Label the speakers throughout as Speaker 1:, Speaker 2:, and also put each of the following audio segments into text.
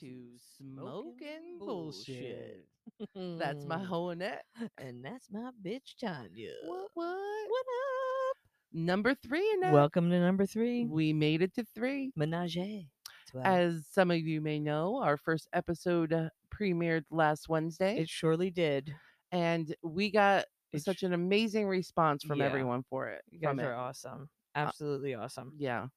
Speaker 1: to Smoking Bullshit. That's
Speaker 2: Mm.
Speaker 1: my Hoanette, and that's my bitch Tanya.
Speaker 2: What, what?
Speaker 1: What up? Number three, and
Speaker 2: Welcome to number three,
Speaker 1: we made it to three.
Speaker 2: Menage. a trois.
Speaker 1: As some of you may know, our first episode uh, premiered last Wednesday,
Speaker 2: it surely did.
Speaker 1: and we got
Speaker 2: It
Speaker 1: such
Speaker 2: sh-
Speaker 1: an amazing response from
Speaker 2: Yeah.
Speaker 1: everyone for it.
Speaker 2: you guys
Speaker 1: from it.
Speaker 2: are awesome. Absolutely awesome.
Speaker 1: Yeah.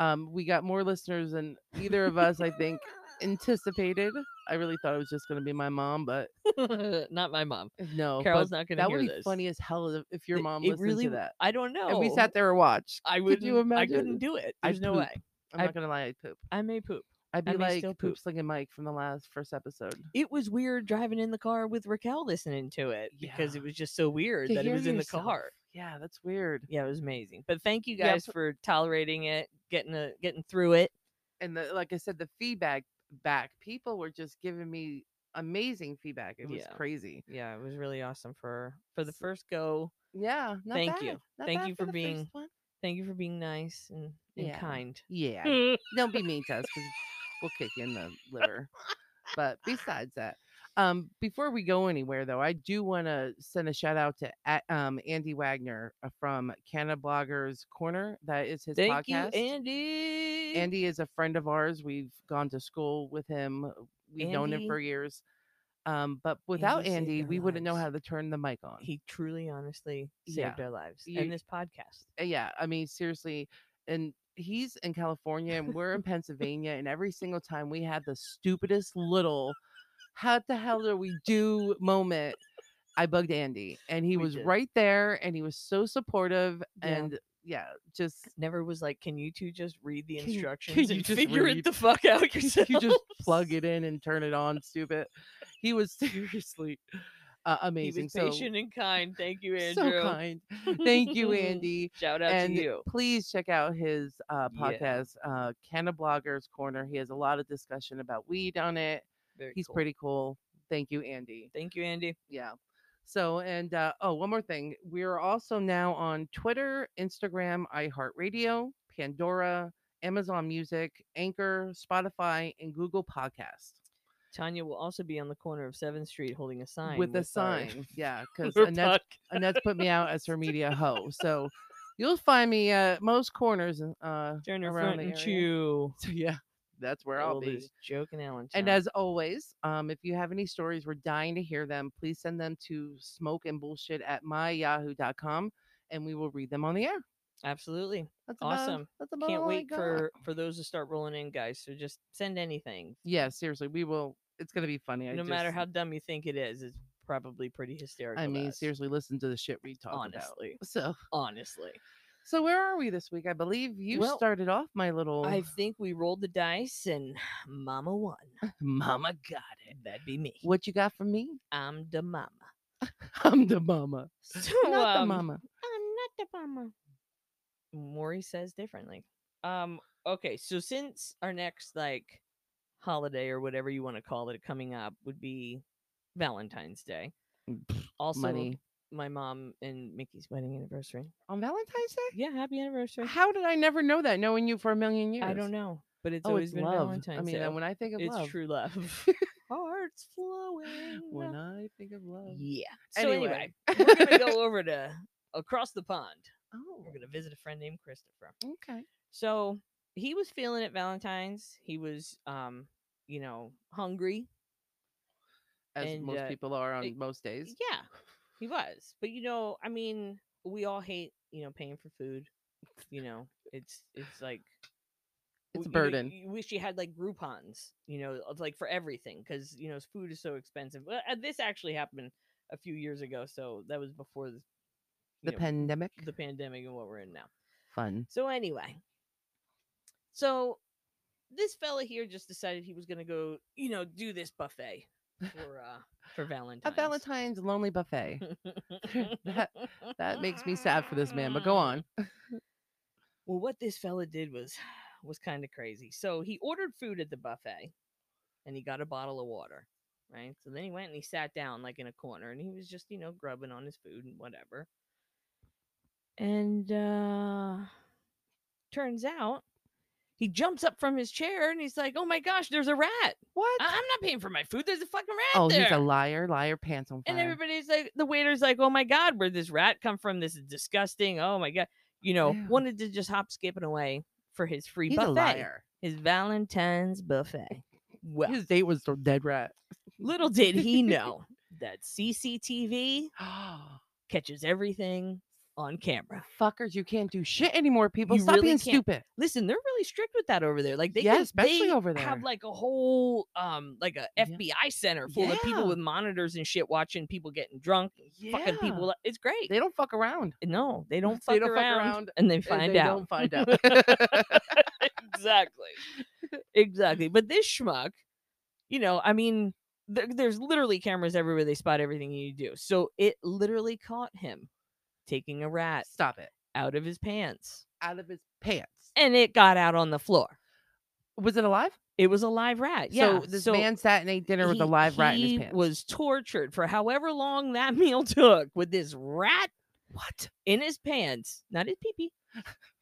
Speaker 1: Um, we got more listeners than either of us, I think, anticipated. I really thought it was just going to be my mom, but
Speaker 2: not my mom.
Speaker 1: no.
Speaker 2: Carol's
Speaker 1: but
Speaker 2: not going to
Speaker 1: that
Speaker 2: hear
Speaker 1: would be
Speaker 2: this.
Speaker 1: funny as hell if, if your
Speaker 2: It-
Speaker 1: mom
Speaker 2: it
Speaker 1: listened
Speaker 2: really
Speaker 1: to
Speaker 2: w-
Speaker 1: that.
Speaker 2: I don't know.
Speaker 1: And we sat there and watched.
Speaker 2: I
Speaker 1: Could
Speaker 2: would.
Speaker 1: you
Speaker 2: I
Speaker 1: imagine?
Speaker 2: couldn't do it.
Speaker 1: I
Speaker 2: There's no
Speaker 1: poop.
Speaker 2: way.
Speaker 1: I'm
Speaker 2: I-
Speaker 1: not going to lie, I'd poop.
Speaker 2: I may poop.
Speaker 1: I'd be
Speaker 2: I may
Speaker 1: like
Speaker 2: still
Speaker 1: poop.
Speaker 2: poop.
Speaker 1: slinging Mike from the last first episode.
Speaker 2: It was weird driving in the car with Raquel listening to it because
Speaker 1: Yeah.
Speaker 2: it was just so weird
Speaker 1: To
Speaker 2: that it
Speaker 1: hear
Speaker 2: was in
Speaker 1: yourself.
Speaker 2: the car.
Speaker 1: Yeah, that's weird.
Speaker 2: Yeah, it was amazing. But thank you
Speaker 1: Yeah,
Speaker 2: guys
Speaker 1: pl-
Speaker 2: for tolerating it, getting a, getting through it.
Speaker 1: And the, like I said, the feedback back, people were just giving me amazing feedback. It was
Speaker 2: Yeah.
Speaker 1: crazy.
Speaker 2: Yeah, it was really awesome for for the first go.
Speaker 1: Yeah. Not
Speaker 2: Thank
Speaker 1: bad.
Speaker 2: you.
Speaker 1: Not
Speaker 2: Thank
Speaker 1: bad
Speaker 2: you for
Speaker 1: the first
Speaker 2: being-
Speaker 1: one.
Speaker 2: Thank you for being nice and, and
Speaker 1: Yeah.
Speaker 2: kind. Mm,
Speaker 1: Yeah. don't be mean to us because we'll kick you in the liver. But besides that, um, before we go anywhere though, I do want to send a shout out to a- um, Andy Wagner uh, from Canada Bloggers Corner. That is his
Speaker 2: Thank
Speaker 1: podcast.
Speaker 2: you, Andy.
Speaker 1: Andy is a friend of ours. We've gone to school with him. We've known him
Speaker 2: Andy-
Speaker 1: for years. Um, but without
Speaker 2: Andy saved
Speaker 1: Andy,
Speaker 2: our
Speaker 1: we wouldn't know
Speaker 2: lives.
Speaker 1: how to turn the mic on.
Speaker 2: He truly, honestly saved
Speaker 1: Yeah.
Speaker 2: our lives
Speaker 1: You-
Speaker 2: and this podcast.
Speaker 1: Uh, yeah, I mean, seriously. And he's in California and we're in Pennsylvania. And every single time we had the stupidest little, how the hell do we do moment, I bugged Andy. And he
Speaker 2: We
Speaker 1: was
Speaker 2: did.
Speaker 1: right there and he was so supportive.
Speaker 2: Yeah.
Speaker 1: And yeah, just.
Speaker 2: Never was like, can you two just read the
Speaker 1: Can- can
Speaker 2: instructions
Speaker 1: you
Speaker 2: and
Speaker 1: just
Speaker 2: figure
Speaker 1: read?
Speaker 2: it the fuck out
Speaker 1: you
Speaker 2: yourself?
Speaker 1: just plug it in and turn it on, stupid. He was seriously uh, amazing.
Speaker 2: He was patient and kind. Thank you,
Speaker 1: so,
Speaker 2: Andrew.
Speaker 1: so kind. Thank you, Andy.
Speaker 2: Shout out
Speaker 1: and
Speaker 2: to you.
Speaker 1: please check out his uh,
Speaker 2: Yeah.
Speaker 1: podcast, uh, Canna Bloggers Corner. He has a lot of discussion about weed on it.
Speaker 2: Very
Speaker 1: He's
Speaker 2: cool.
Speaker 1: pretty cool. Thank you, Andy.
Speaker 2: Thank you, Andy.
Speaker 1: Yeah. So, and uh, oh, one more thing. We are also now on Twitter, Instagram, iHeartRadio, Pandora, Amazon Music, Anchor, Spotify, and Google Podcast
Speaker 2: Tanya will also be on the corner of Seventh Street holding a sign
Speaker 1: with a
Speaker 2: our-
Speaker 1: sign. Yeah. Because
Speaker 2: her
Speaker 1: Annette, Annette's put me out as her media hoe. So you'll find me at most corners. Uh,
Speaker 2: Turn her
Speaker 1: around
Speaker 2: front
Speaker 1: the
Speaker 2: and
Speaker 1: area.
Speaker 2: chew.
Speaker 1: So yeah, that's where I'll
Speaker 2: Old
Speaker 1: be.
Speaker 2: as Joke and Allen.
Speaker 1: And as always, um, if you have any stories, we're dying to hear them. Please send them to smoke and bullshit at myyahoo.com and we will read them on the air.
Speaker 2: absolutely
Speaker 1: That's about-
Speaker 2: awesome.
Speaker 1: That's about
Speaker 2: Can't
Speaker 1: all I
Speaker 2: wait
Speaker 1: got.
Speaker 2: for for those to start rolling in, guys. So just send anything,
Speaker 1: Yeah, seriously, we will. It's gonna be funny. I
Speaker 2: no matter
Speaker 1: just-
Speaker 2: how dumb you think it is. It's probably pretty hysterical.
Speaker 1: I
Speaker 2: to
Speaker 1: mean,
Speaker 2: us,
Speaker 1: seriously, listen to the shit we talk about.
Speaker 2: honestly,
Speaker 1: So,
Speaker 2: honestly.
Speaker 1: so where are we this week? I believe you
Speaker 2: Well,
Speaker 1: started off my little
Speaker 2: I think we rolled the dice and Mama won.
Speaker 1: mama got it.
Speaker 2: That'd be me.
Speaker 1: What you got for me?
Speaker 2: I'm the mama.
Speaker 1: I'm the mama,
Speaker 2: So,
Speaker 1: not the
Speaker 2: um,
Speaker 1: mama.
Speaker 2: I'm not the mama. Maury says differently. Um, okay, so since our next like holiday or whatever you want to call it coming up would be Valentine's Day.
Speaker 1: Pfft,
Speaker 2: Also
Speaker 1: Mm, Money
Speaker 2: my mom and Mickey's wedding anniversary.
Speaker 1: on Valentine's Day.
Speaker 2: Yeah, happy anniversary.
Speaker 1: How did I never know that, knowing you for a million years?
Speaker 2: I don't know. But it's
Speaker 1: Oh,
Speaker 2: always
Speaker 1: it's
Speaker 2: been
Speaker 1: love.
Speaker 2: Valentine's
Speaker 1: I mean,
Speaker 2: Day.
Speaker 1: uh, when I think of
Speaker 2: it's
Speaker 1: love,
Speaker 2: true love. Hearts flowing.
Speaker 1: When I think of love.
Speaker 2: Yeah. So anyway, we're gonna go over to across the pond.
Speaker 1: Oh,
Speaker 2: We're gonna visit a friend named Christopher.
Speaker 1: okay.
Speaker 2: So he was feeling it Valentine's. He was um, you know, hungry.
Speaker 1: As
Speaker 2: And,
Speaker 1: most
Speaker 2: uh,
Speaker 1: people are on
Speaker 2: it-
Speaker 1: most days.
Speaker 2: Yeah, he was. But you know, I mean, we all hate, you know, paying for food. You know, it's it's like
Speaker 1: It's
Speaker 2: w-
Speaker 1: a
Speaker 2: you know,
Speaker 1: burden.
Speaker 2: You, wish you had like Groupons, you know, of, like for everything because you know s- food is so expensive. Well, uh, this actually happened a few years ago, so that was before the, you
Speaker 1: The
Speaker 2: know,
Speaker 1: pandemic.
Speaker 2: the pandemic and what we're in now.
Speaker 1: Fun.
Speaker 2: So anyway, so this fella here just decided he was gonna go, you know, do this buffet for uh for
Speaker 1: A
Speaker 2: Valentine's.
Speaker 1: Valentine's lonely buffet. That- That makes me sad for this man, but go on.
Speaker 2: Well, what this fella did was was kind of crazy. So he ordered food at the buffet, and he got a bottle of water. Right. So then he went and he sat down like in a corner, and he was just you know grubbing on his food and whatever. And uh turns out He jumps up from his chair and he's like, "Oh my gosh, there's a rat! I-
Speaker 1: What?
Speaker 2: I'm not paying for my food. There's a fucking rat
Speaker 1: oh,
Speaker 2: there."
Speaker 1: he's a liar. Liar pants on fire.
Speaker 2: and everybody's like, the waiter's like, "Oh my god, where'd this rat come from? This is disgusting. Oh my god, you know,
Speaker 1: Ew.
Speaker 2: wanted to just hop, skipping away for his free
Speaker 1: he's
Speaker 2: buffet,
Speaker 1: a liar.
Speaker 2: his Valentine's buffet." Well,
Speaker 1: His date was the dead rat.
Speaker 2: little did he know that CCTV catches everything on camera.
Speaker 1: Fuckers, you can't do shit anymore, people.
Speaker 2: You
Speaker 1: Stop
Speaker 2: really
Speaker 1: being
Speaker 2: can't.
Speaker 1: stupid.
Speaker 2: Listen, they're really strict with that over there. Like they
Speaker 1: Yeah,
Speaker 2: can-
Speaker 1: especially
Speaker 2: they
Speaker 1: over there.
Speaker 2: have like a whole um like a
Speaker 1: Yeah.
Speaker 2: FBI center full of people
Speaker 1: Yeah.
Speaker 2: with monitors and shit watching people getting drunk, fucking people. up. It's great.
Speaker 1: They don't fuck around.
Speaker 2: no, they don't fuck,
Speaker 1: They don't fuck
Speaker 2: around,
Speaker 1: around
Speaker 2: and they
Speaker 1: and
Speaker 2: find
Speaker 1: they
Speaker 2: out.
Speaker 1: Don't find out.
Speaker 2: exactly. Exactly. But this schmuck, you know, I mean, there, there's literally cameras everywhere. They spot everything you do. So it literally caught him taking a rat
Speaker 1: Stop it.
Speaker 2: out of his pants
Speaker 1: Out of his pants.
Speaker 2: and it got out on the floor.
Speaker 1: Was it alive?
Speaker 2: It was a live rat. Yeah.
Speaker 1: So this man sat and ate dinner with a
Speaker 2: he-
Speaker 1: live rat in his
Speaker 2: he
Speaker 1: pants.
Speaker 2: was tortured for however long that meal took with this rat
Speaker 1: what?
Speaker 2: in his pants, not his pee pee.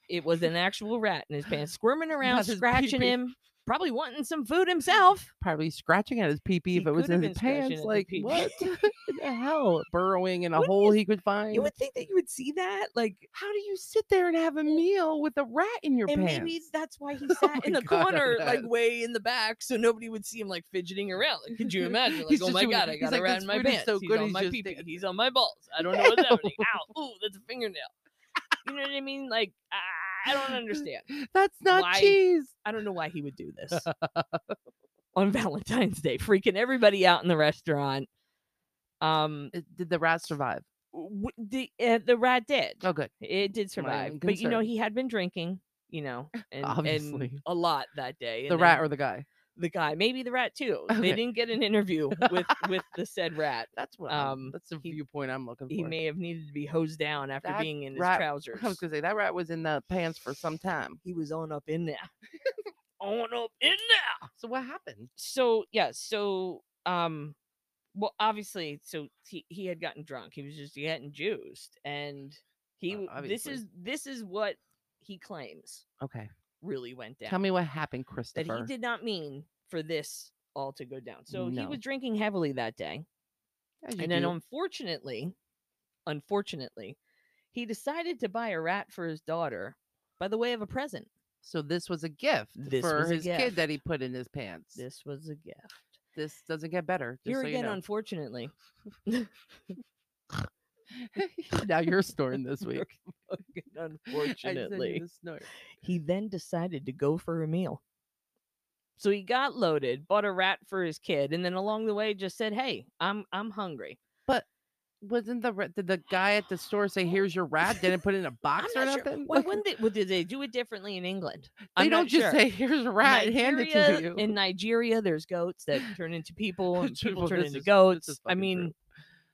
Speaker 2: It was an actual rat in his pants, squirming around,
Speaker 1: Not his
Speaker 2: scratching
Speaker 1: pee-pee.
Speaker 2: him, probably wanting some food himself.
Speaker 1: Probably scratching at his pee pee
Speaker 2: He
Speaker 1: if it was
Speaker 2: could
Speaker 1: in
Speaker 2: have
Speaker 1: his
Speaker 2: been scratching
Speaker 1: pants.
Speaker 2: at the
Speaker 1: Like
Speaker 2: pee-pee.
Speaker 1: what? in the hell? Burrowing in a
Speaker 2: What
Speaker 1: hole
Speaker 2: is-
Speaker 1: he could find.
Speaker 2: You would think that you would see that, like,
Speaker 1: How do you sit there and have a meal with a rat in your
Speaker 2: and
Speaker 1: pants?
Speaker 2: maybe that's why he
Speaker 1: Oh
Speaker 2: sat in
Speaker 1: my
Speaker 2: the
Speaker 1: God, I
Speaker 2: corner, like
Speaker 1: bet.
Speaker 2: way in the back, so nobody would see him like fidgeting around. Like, could you imagine? Like,
Speaker 1: He's
Speaker 2: oh
Speaker 1: just
Speaker 2: my
Speaker 1: doing-
Speaker 2: god, I
Speaker 1: he's
Speaker 2: got
Speaker 1: like,
Speaker 2: a rat
Speaker 1: "This
Speaker 2: in my
Speaker 1: food is
Speaker 2: pants.
Speaker 1: so
Speaker 2: he's
Speaker 1: good,
Speaker 2: on
Speaker 1: he's
Speaker 2: my
Speaker 1: just
Speaker 2: pee pee.
Speaker 1: dancing."
Speaker 2: He's on my balls. I don't know what's happening. Ow! Ooh, that's a fingernail. You know what I mean? Like, I, I don't understand.
Speaker 1: That's not
Speaker 2: Why-
Speaker 1: cheese.
Speaker 2: I don't know why he would do this on Valentine's Day, freaking everybody out in the restaurant. Um,
Speaker 1: Uh, Did the rat survive?
Speaker 2: w- the uh, the rat did.
Speaker 1: Oh, good.
Speaker 2: It did
Speaker 1: my
Speaker 2: survive,
Speaker 1: only
Speaker 2: but you know
Speaker 1: concern.
Speaker 2: he had been drinking, you know, and, and
Speaker 1: Obviously.
Speaker 2: a lot that day.
Speaker 1: The
Speaker 2: and
Speaker 1: rat
Speaker 2: then
Speaker 1: or the guy?
Speaker 2: the guy, maybe the rat too. They
Speaker 1: Okay.
Speaker 2: didn't get an interview with with the said rat.
Speaker 1: That's what. I'm-
Speaker 2: Um,
Speaker 1: that's the
Speaker 2: he-
Speaker 1: viewpoint I'm looking for.
Speaker 2: He may have needed to be hosed down after
Speaker 1: That
Speaker 2: being in his
Speaker 1: rat-
Speaker 2: trousers.
Speaker 1: I was gonna say that rat was in the pants for some time.
Speaker 2: He was on up in there, on up in there.
Speaker 1: Ah, So what happened?
Speaker 2: so yeah so um well obviously so he, he had gotten drunk he was just getting juiced and he
Speaker 1: Uh,
Speaker 2: w- this
Speaker 1: obviously.
Speaker 2: is this is what he claims
Speaker 1: Okay,
Speaker 2: really went down
Speaker 1: tell me what happened,
Speaker 2: that
Speaker 1: Christopher.
Speaker 2: he did not mean for this all to go down so he
Speaker 1: No.
Speaker 2: was drinking heavily that day
Speaker 1: As you
Speaker 2: and then
Speaker 1: do.
Speaker 2: unfortunately unfortunately he decided to buy a rat for his daughter by the way of a present
Speaker 1: so this was a gift
Speaker 2: This
Speaker 1: for
Speaker 2: was a
Speaker 1: his kid that
Speaker 2: gift.
Speaker 1: he put in his pants. This,
Speaker 2: this was a gift
Speaker 1: doesn't get better. Just
Speaker 2: here
Speaker 1: so
Speaker 2: again
Speaker 1: you know.
Speaker 2: unfortunately
Speaker 1: now you're snoring this
Speaker 2: You're
Speaker 1: week.
Speaker 2: fucking
Speaker 1: I said
Speaker 2: unfortunately
Speaker 1: you to snort.
Speaker 2: he then decided to go for a meal. So he got loaded, bought a rat for his kid, and then along the way just said, "Hey, I'm I'm hungry."
Speaker 1: Wasn't the ra- did the guy at the store say, "Here's your rat"? Didn't put it in a
Speaker 2: I'm
Speaker 1: box or
Speaker 2: not sure-
Speaker 1: nothing.
Speaker 2: Why wouldn't they? Well, did they do it differently in England?
Speaker 1: they
Speaker 2: I'm
Speaker 1: don't
Speaker 2: not
Speaker 1: just
Speaker 2: sure.
Speaker 1: say, "Here's a rat," and hand it to
Speaker 2: Nigeria-
Speaker 1: you.
Speaker 2: In Nigeria, there's goats that turn into people, and people
Speaker 1: Well,
Speaker 2: turn
Speaker 1: this
Speaker 2: into
Speaker 1: is- this
Speaker 2: goats.
Speaker 1: is
Speaker 2: I
Speaker 1: fucking
Speaker 2: mean,
Speaker 1: true.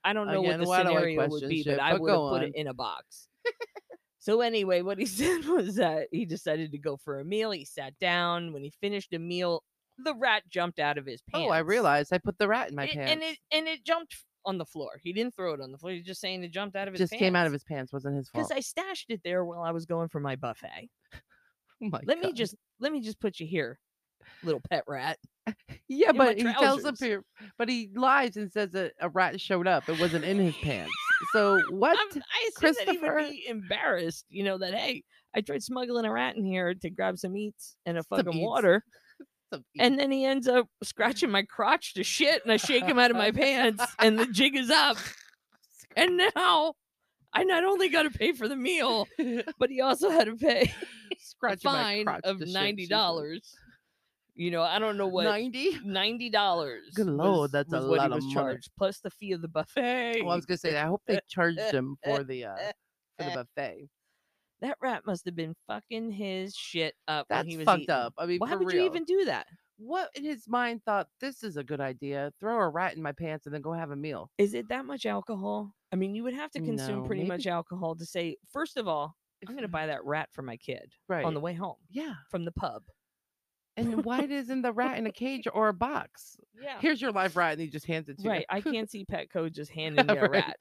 Speaker 2: I don't know
Speaker 1: Again,
Speaker 2: what the
Speaker 1: why do I
Speaker 2: scenario would
Speaker 1: question
Speaker 2: be,
Speaker 1: shit?
Speaker 2: but I
Speaker 1: But
Speaker 2: would have
Speaker 1: go
Speaker 2: put
Speaker 1: on.
Speaker 2: it in a box. so anyway, what he said was that he decided to go for a meal. He sat down. When he finished a meal, the rat jumped out of his pants.
Speaker 1: Oh, I realized I put the rat in my
Speaker 2: It-
Speaker 1: pants.
Speaker 2: and it and it jumped on the floor. He didn't throw it on the floor. He's just saying it jumped out of his
Speaker 1: just
Speaker 2: pants.
Speaker 1: came out of his pants. Wasn't his fault.
Speaker 2: because I stashed it there while I was going for my buffet.
Speaker 1: Oh my
Speaker 2: Let me
Speaker 1: God.
Speaker 2: just let me just put you here, little pet rat.
Speaker 1: Yeah,
Speaker 2: in my
Speaker 1: but he tells up
Speaker 2: trousers.
Speaker 1: here, but he lies and says that a rat showed up. It wasn't in his pants. So what?
Speaker 2: I'm- Um, I assume that he
Speaker 1: Christopher?
Speaker 2: would be embarrassed, you know, that hey, I tried smuggling a rat in here to grab some eats and a
Speaker 1: Some
Speaker 2: fucking
Speaker 1: eats.
Speaker 2: water,
Speaker 1: Some
Speaker 2: and then he ends up scratching my crotch to shit, and I shake him out of my pants, and the jig is up. And now, I not only got to pay for the meal, but he also had to pay a
Speaker 1: scratching my
Speaker 2: fine
Speaker 1: crotch
Speaker 2: of
Speaker 1: to shit,
Speaker 2: ninety
Speaker 1: she said.
Speaker 2: dollars. You know, I don't know what.
Speaker 1: Ninety.
Speaker 2: Ninety dollars.
Speaker 1: Good lord, that's a
Speaker 2: was what
Speaker 1: lot
Speaker 2: he
Speaker 1: of
Speaker 2: was
Speaker 1: money.
Speaker 2: charged, plus the fee of the buffet.
Speaker 1: Well, I was gonna say that. I hope they charged him for the uh for the
Speaker 2: eh.
Speaker 1: buffet.
Speaker 2: that rat must have been fucking his shit up. when
Speaker 1: That's
Speaker 2: he was
Speaker 1: fucked
Speaker 2: eating.
Speaker 1: up. I mean,
Speaker 2: Why
Speaker 1: for
Speaker 2: would
Speaker 1: real.
Speaker 2: you even do that?
Speaker 1: What in his mind thought this is a good idea? Throw a rat in my pants and then go have a meal.
Speaker 2: Is it that much alcohol? I mean, you would have to consume
Speaker 1: No,
Speaker 2: pretty
Speaker 1: maybe-
Speaker 2: much alcohol to say, first of all, I'm going to buy that rat for my kid
Speaker 1: right
Speaker 2: on the way home
Speaker 1: Yeah,
Speaker 2: from the pub.
Speaker 1: and why isn't the rat in a cage or a box?
Speaker 2: Yeah.
Speaker 1: Here's your live rat, and he just hands it to
Speaker 2: Right.
Speaker 1: you.
Speaker 2: I can't see Petco just handing me a
Speaker 1: Right.
Speaker 2: rat.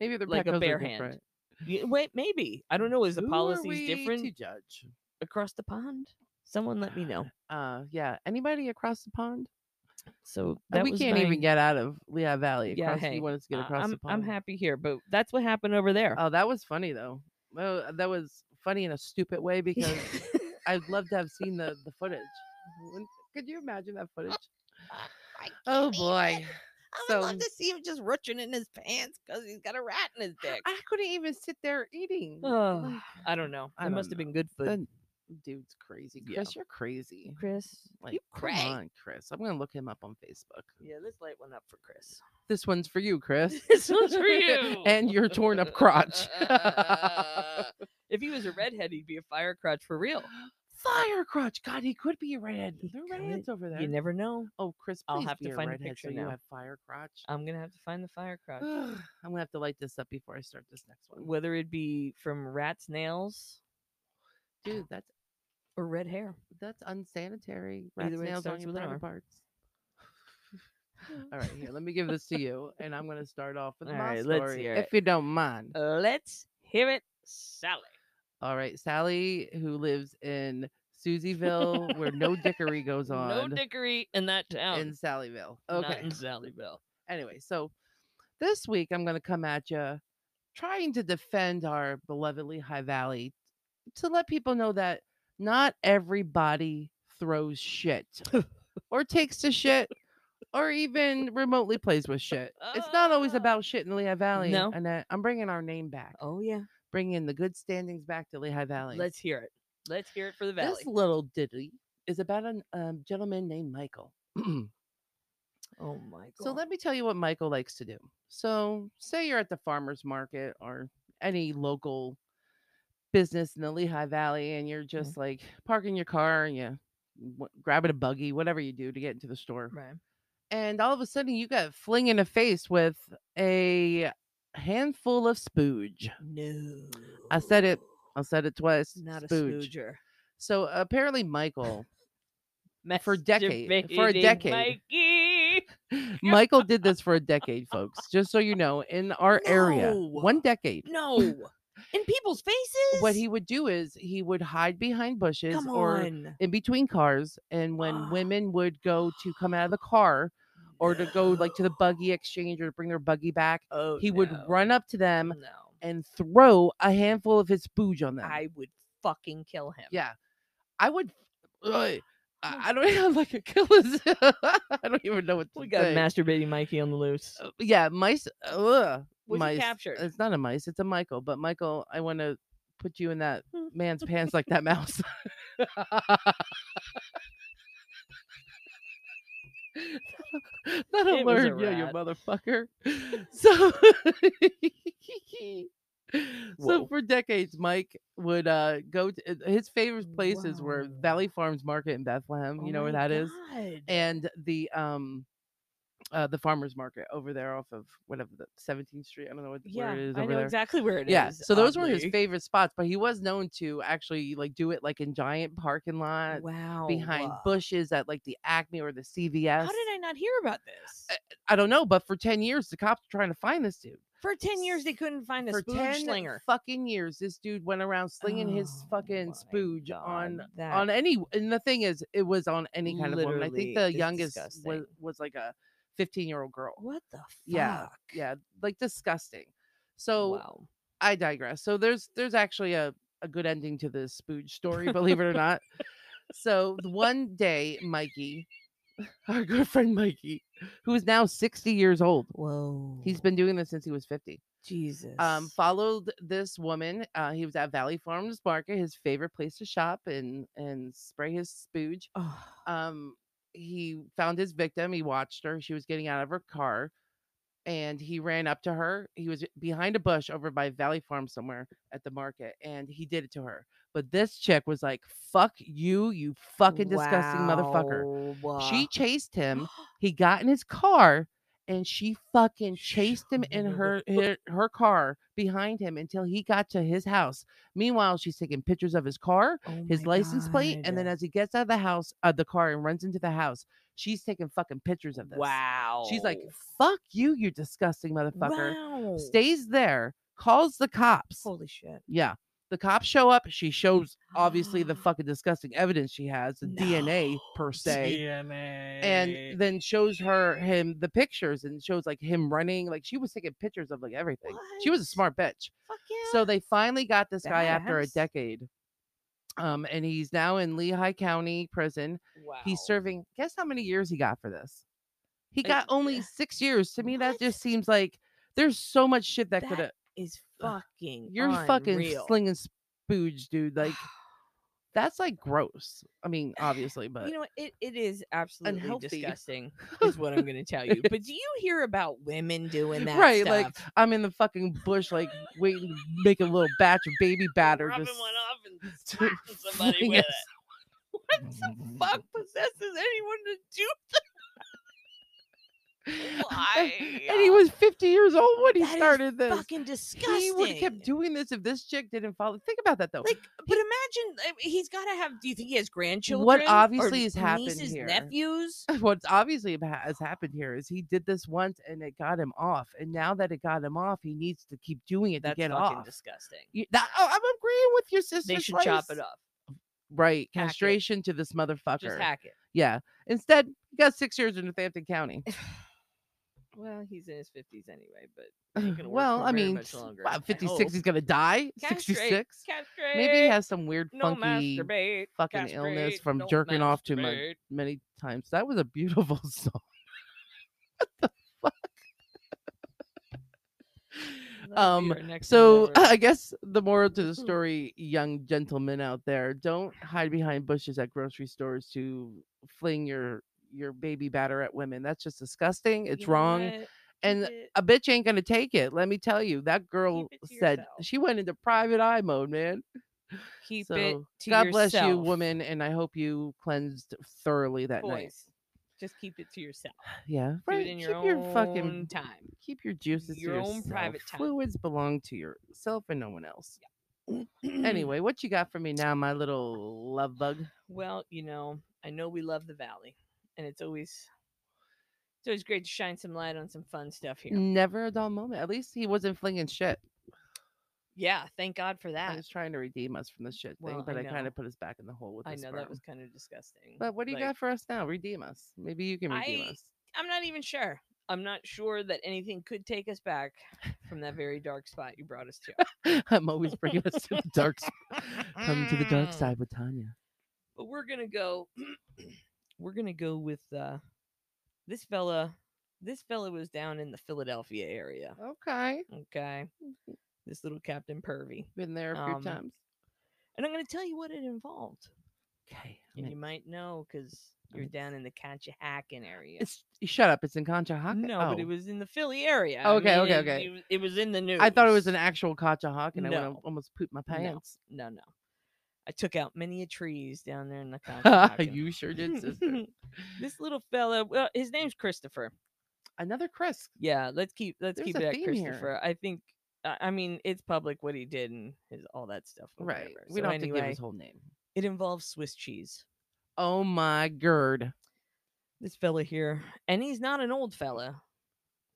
Speaker 1: Maybe they're
Speaker 2: like a
Speaker 1: Pecos are
Speaker 2: bare hand.
Speaker 1: different.
Speaker 2: Y- Wait, maybe. I don't know. Is the
Speaker 1: Who are
Speaker 2: policies
Speaker 1: we
Speaker 2: different
Speaker 1: to judge?
Speaker 2: across the pond? Someone let me know.
Speaker 1: Uh, yeah. Anybody across the pond?
Speaker 2: So
Speaker 1: Uh,
Speaker 2: that
Speaker 1: we
Speaker 2: was
Speaker 1: can't
Speaker 2: my-
Speaker 1: even get out of Lehigh Valley.
Speaker 2: Yeah,
Speaker 1: Across,
Speaker 2: hey,
Speaker 1: You want us to get
Speaker 2: I-
Speaker 1: across
Speaker 2: I'm,
Speaker 1: the pond?
Speaker 2: I'm happy here, but that's what happened over there.
Speaker 1: Oh, that was funny though. Well, that was funny in a stupid way because I'd love to have seen the the footage. Wouldn't- Could you imagine that footage?
Speaker 2: I
Speaker 1: Oh
Speaker 2: can't
Speaker 1: boy.
Speaker 2: even. I would love
Speaker 1: So-
Speaker 2: to see him just rutching in his pants because he's got a rat in his dick.
Speaker 1: I couldn't even sit there eating.
Speaker 2: Ugh,
Speaker 1: Like,
Speaker 2: I don't know. It
Speaker 1: I don't
Speaker 2: must have
Speaker 1: know.
Speaker 2: been good food.
Speaker 1: that dude's crazy.
Speaker 2: Yeah.
Speaker 1: Chris, you're crazy.
Speaker 2: Chris,
Speaker 1: Like,
Speaker 2: you
Speaker 1: come
Speaker 2: cray.
Speaker 1: on, Chris. I'm gonna look him up on Facebook.
Speaker 2: Yeah, let's light one up for Chris.
Speaker 1: This one's for you, Chris.
Speaker 2: This one's for you.
Speaker 1: and your torn up crotch.
Speaker 2: if he was a redhead, he'd be a fire crotch for real.
Speaker 1: Fire crotch. God, he could be a redhead.
Speaker 2: He
Speaker 1: There are
Speaker 2: could.
Speaker 1: redheads over there.
Speaker 2: You never know.
Speaker 1: oh, Chris,
Speaker 2: I'll
Speaker 1: please
Speaker 2: have
Speaker 1: be
Speaker 2: to
Speaker 1: a
Speaker 2: find a
Speaker 1: redhead
Speaker 2: picture
Speaker 1: so you
Speaker 2: now.
Speaker 1: have fire crotch.
Speaker 2: I'm gonna have to find the fire crotch.
Speaker 1: Ugh, I'm gonna have to light this up before I start this next one.
Speaker 2: Whether it be from rat's nails
Speaker 1: Dude, that's
Speaker 2: or red hair.
Speaker 1: that's unsanitary.
Speaker 2: Either
Speaker 1: Rat's
Speaker 2: way, it
Speaker 1: nails on
Speaker 2: starts
Speaker 1: your
Speaker 2: with an
Speaker 1: private
Speaker 2: R.
Speaker 1: parts. All right, here, let me give this to you, and I'm gonna start off with
Speaker 2: All
Speaker 1: my
Speaker 2: right, let's
Speaker 1: story,
Speaker 2: hear
Speaker 1: if
Speaker 2: it.
Speaker 1: you don't mind.
Speaker 2: Uh, Let's hear it, Sally.
Speaker 1: All right, Sally, who lives in Susieville, where no dickery goes
Speaker 2: No
Speaker 1: on,
Speaker 2: dickery in that town.
Speaker 1: in Sallyville.
Speaker 2: Not
Speaker 1: Okay.
Speaker 2: in Sallyville.
Speaker 1: Anyway, so this week I'm gonna come at you, trying to defend our beloved Lehigh Valley, to let people know that not everybody throws shit, or takes to shit, or even remotely plays with shit. It's not always
Speaker 2: Ah.
Speaker 1: about shit in Lehigh Valley.
Speaker 2: No.
Speaker 1: and uh, I'm bringing our name back,
Speaker 2: Oh yeah.
Speaker 1: bringing the good standings back to Lehigh Valley.
Speaker 2: Let's hear it. Let's hear it for the valley.
Speaker 1: This little ditty is about a um, gentleman named Michael.
Speaker 2: oh my god.
Speaker 1: so let me tell you what Michael likes to do. So, say you're at the farmer's market or any local business in the Lehigh Valley, and you're
Speaker 2: Mm-hmm.
Speaker 1: just like parking your car and you w- grabbing a buggy, whatever you do to get into the store.
Speaker 2: Right. Mm-hmm.
Speaker 1: And all of a sudden, you got flinging in the face with a handful of spooge.
Speaker 2: No.
Speaker 1: I said it. I said it twice.
Speaker 2: Not a
Speaker 1: spooge.
Speaker 2: smooger.
Speaker 1: So apparently, Michael For
Speaker 2: Masturbating
Speaker 1: decade- for a decade.
Speaker 2: Mikey.
Speaker 1: Michael did this for a decade, folks. Just so you know, in our area,
Speaker 2: No.
Speaker 1: one decade.
Speaker 2: No. In people's faces.
Speaker 1: What he would do is he would hide behind bushes
Speaker 2: Come
Speaker 1: or
Speaker 2: on.
Speaker 1: in between cars, and when
Speaker 2: Ah.
Speaker 1: women would go to come out of the car or to go like to the buggy exchange or to bring their buggy back,
Speaker 2: Oh,
Speaker 1: he would
Speaker 2: no.
Speaker 1: run up to them
Speaker 2: No.
Speaker 1: and throw a handful of his spooge on them.
Speaker 2: I would fucking kill him.
Speaker 1: yeah, I would. Ugh, I I don't know, like a killer's. I don't even know what to
Speaker 2: We got
Speaker 1: say.
Speaker 2: masturbating Mikey on the loose.
Speaker 1: Uh, yeah, mice. Ugh,
Speaker 2: Was he
Speaker 1: mice.
Speaker 2: captured?
Speaker 1: It's not a mice. It's a Michael. But Michael, I want to put you in that
Speaker 2: Hmm.
Speaker 1: man's pants like that mouse. Not a
Speaker 2: It was a
Speaker 1: word, yeah, you
Speaker 2: rat.
Speaker 1: motherfucker. So,
Speaker 2: Whoa.
Speaker 1: so for decades, Mike would uh go to uh, his favorite places were
Speaker 2: Wow. Oh,
Speaker 1: Valley Farms Market in Bethlehem. you know where that is and the um uh the farmers market over there off of whatever the 17th street i don't know what
Speaker 2: yeah,
Speaker 1: where it is
Speaker 2: I
Speaker 1: over
Speaker 2: know
Speaker 1: there
Speaker 2: exactly where it is.
Speaker 1: yeah so those were his
Speaker 2: oddly.
Speaker 1: favorite spots but he was known to actually like do it like in giant parking lots
Speaker 2: Wow.
Speaker 1: behind bushes at like the acme or the cvs
Speaker 2: How did I not hear about this?
Speaker 1: I don't know but for 10 years the cops were trying to find this dude
Speaker 2: For ten years, they couldn't find a
Speaker 1: for
Speaker 2: spooge
Speaker 1: 10
Speaker 2: slinger.
Speaker 1: fucking years this dude went around slinging his
Speaker 2: Oh
Speaker 1: fucking
Speaker 2: my
Speaker 1: spooge on
Speaker 2: God, that
Speaker 1: on any and the thing is it was on any kind of woman i
Speaker 2: Literally
Speaker 1: think the
Speaker 2: is
Speaker 1: youngest was,
Speaker 2: disgusting.
Speaker 1: was like a 15 year old girl
Speaker 2: What the fuck?
Speaker 1: Yeah, yeah like disgusting so
Speaker 2: wow.
Speaker 1: i digress so there's there's actually a, a good ending to this spooge story believe it or not so the one day mikey our good friend mikey who is now 60 years old
Speaker 2: Whoa.
Speaker 1: he's been doing this since he was 50
Speaker 2: Jesus.
Speaker 1: um followed this woman uh, he was at valley farms market his favorite place to shop and and spray his spooge
Speaker 2: oh,
Speaker 1: um he found his victim he watched her she was getting out of her car and he ran up to her he was behind a bush over by valley farm somewhere at the market and he did it to her but this chick was like fuck you you fucking disgusting motherfucker
Speaker 2: wow.
Speaker 1: she chased him he got in his car and she fucking chased him in her, her her car behind him until he got to his house meanwhile she's taking pictures of his car
Speaker 2: Oh
Speaker 1: his
Speaker 2: my
Speaker 1: license plate, and then
Speaker 2: God.
Speaker 1: as he gets out of the house, uh, the car, and runs into the house, she's taking fucking pictures of this.
Speaker 2: wow.
Speaker 1: She's like, "Fuck you, you disgusting motherfucker!"
Speaker 2: Wow.
Speaker 1: Stays there, calls the cops.
Speaker 2: Holy shit.
Speaker 1: Yeah, The cops show up. She shows obviously the fucking disgusting evidence she has, the DNA per se,
Speaker 2: DNA.
Speaker 1: and then shows her him the pictures and shows like him running. Like she was taking pictures of like everything. She was a
Speaker 2: What?
Speaker 1: smart bitch.
Speaker 2: Fuck yeah.
Speaker 1: So they finally got this guy after a
Speaker 2: Badass.
Speaker 1: decade. Um, and he's now in Lehigh County prison.
Speaker 2: wow.
Speaker 1: He's serving. Guess how many years he got for this? He
Speaker 2: Uh,
Speaker 1: got only six years. To me, that
Speaker 2: what?
Speaker 1: just seems like there's so much shit that,
Speaker 2: That
Speaker 1: could have.
Speaker 2: is
Speaker 1: Ugh.
Speaker 2: fucking.
Speaker 1: You're fucking
Speaker 2: unreal.
Speaker 1: slinging spooge, dude. Like that's like gross. I mean, obviously, but
Speaker 2: you know what? it, it is absolutely
Speaker 1: Unhealthy.
Speaker 2: disgusting is what i'm going to tell you but do you hear about women doing that
Speaker 1: right, like
Speaker 2: stuff?
Speaker 1: I'm in the fucking bush, like waiting to make a little batch of baby batter.
Speaker 2: rubbing
Speaker 1: just
Speaker 2: one off and
Speaker 1: to
Speaker 2: slapping somebody
Speaker 1: fling
Speaker 2: with
Speaker 1: at
Speaker 2: it what the fuck possesses anyone to do that why
Speaker 1: and he was 50 years old when he
Speaker 2: That is
Speaker 1: started this.
Speaker 2: fucking disgusting
Speaker 1: He would have kept doing this if this chick didn't follow. Think about that though.
Speaker 2: like but imagine I mean, he's got to have do you think he has grandchildren or
Speaker 1: obviously has happened
Speaker 2: nieces,
Speaker 1: here-
Speaker 2: nephews
Speaker 1: What's obviously ha- has happened here is he did this once and it got him off, and now that it got him off, he needs to keep doing it
Speaker 2: that's
Speaker 1: to get
Speaker 2: fucking
Speaker 1: off.
Speaker 2: disgusting
Speaker 1: You- that- oh, I'm agreeing with your sister.
Speaker 2: they should chop it up
Speaker 1: Right,
Speaker 2: Hack it.
Speaker 1: castration to this motherfucker.
Speaker 2: just hack it
Speaker 1: Yeah. Instead, he got six years in Northampton County.
Speaker 2: Well, he's in his fifties anyway, but ain't gonna work
Speaker 1: Uh, well,
Speaker 2: for
Speaker 1: I
Speaker 2: very
Speaker 1: mean,
Speaker 2: much longer, I
Speaker 1: wow, 56 he's
Speaker 2: hope.
Speaker 1: gonna die.
Speaker 2: Castrate,
Speaker 1: 66.
Speaker 2: castrate,
Speaker 1: Maybe he has some weird,
Speaker 2: no
Speaker 1: funky
Speaker 2: masturbate,
Speaker 1: fucking illness
Speaker 2: castrate,
Speaker 1: from
Speaker 2: don't
Speaker 1: jerking off too much.
Speaker 2: masturbate.
Speaker 1: many times. That was a beautiful song.
Speaker 2: That'll be
Speaker 1: Um,
Speaker 2: our next Hmm.
Speaker 1: So
Speaker 2: endeavor.
Speaker 1: I guess the moral to the story, young gentlemen out there, don't hide behind bushes at grocery stores to fling your your baby batter at women. That's just disgusting.
Speaker 2: You
Speaker 1: It's
Speaker 2: know
Speaker 1: wrong.
Speaker 2: what?
Speaker 1: And
Speaker 2: Keep it-
Speaker 1: a bitch ain't gonna take it. Let me tell you, that girl
Speaker 2: it to
Speaker 1: said
Speaker 2: yourself.
Speaker 1: she went into private eye mode, man.
Speaker 2: keep
Speaker 1: so
Speaker 2: it to
Speaker 1: God bless you,
Speaker 2: yourself,
Speaker 1: woman, and I hope you cleansed thoroughly that night.
Speaker 2: Boys, just keep it to yourself.
Speaker 1: Yeah,
Speaker 2: Do it
Speaker 1: right.
Speaker 2: in
Speaker 1: keep
Speaker 2: your
Speaker 1: your
Speaker 2: own
Speaker 1: fucking
Speaker 2: time.
Speaker 1: keep your juices
Speaker 2: your
Speaker 1: to
Speaker 2: own
Speaker 1: yourself.
Speaker 2: private time.
Speaker 1: Fluids belong to yourself and no one else. anyway, what you got for me now, my little love bug?
Speaker 2: Well, you know, I know we love the valley, and it's always it's always great to shine some light on some fun stuff here.
Speaker 1: Never a dull moment. At least he wasn't flinging shit.
Speaker 2: Yeah, thank God for
Speaker 1: I
Speaker 2: that.
Speaker 1: was trying to redeem us from the shit
Speaker 2: Ah. Well,
Speaker 1: thing, but
Speaker 2: I
Speaker 1: I, kind
Speaker 2: know.
Speaker 1: of put us back in the hole with
Speaker 2: I
Speaker 1: this.
Speaker 2: know that was kind of disgusting.
Speaker 1: But what do you
Speaker 2: like-
Speaker 1: got for us now? Redeem us. Maybe you can redeem
Speaker 2: I-
Speaker 1: us.
Speaker 2: I'm not even sure. I'm not sure that anything could take us back from that very dark spot you brought us to.
Speaker 1: I'm always bringing us to the dark. s- Come to the
Speaker 2: Mm.
Speaker 1: dark side with Tanya.
Speaker 2: But we're gonna go. we're gonna go with uh, this fella. This fella was down in the Philadelphia area.
Speaker 1: Okay,
Speaker 2: Okay, this little Captain Pervy,
Speaker 1: been there a few
Speaker 2: Um,
Speaker 1: times.
Speaker 2: and I'm gonna tell you what it involved.
Speaker 1: Okay,
Speaker 2: And you might know because you're
Speaker 1: Right.
Speaker 2: down in the Conshohocken area.
Speaker 1: it's shut up. It's in Conshohocken.
Speaker 2: no, but
Speaker 1: Oh.
Speaker 2: it was in the Philly area. I
Speaker 1: Okay,
Speaker 2: mean,
Speaker 1: okay,
Speaker 2: it-
Speaker 1: okay.
Speaker 2: It, was- it was in the news.
Speaker 1: I thought it was an actual Conshohocken. and I went
Speaker 2: No.
Speaker 1: al- almost pooped my
Speaker 2: No.
Speaker 1: pants.
Speaker 2: No, no. I took out many a trees down there in the Conshohocken.
Speaker 1: you sure did, sister.
Speaker 2: this little fella, well, his name's Christopher.
Speaker 1: Another crisp.
Speaker 2: Yeah, let's keep let's
Speaker 1: There's
Speaker 2: keep
Speaker 1: a
Speaker 2: it at
Speaker 1: theme here.
Speaker 2: Christopher. I think I I mean it's public what he did and his all that stuff. but
Speaker 1: Right.
Speaker 2: whatever.
Speaker 1: We
Speaker 2: So
Speaker 1: don't have to
Speaker 2: anyway,
Speaker 1: give his whole name.
Speaker 2: it involves Swiss cheese.
Speaker 1: Oh my gird.
Speaker 2: This fella here, and he's not an old fella,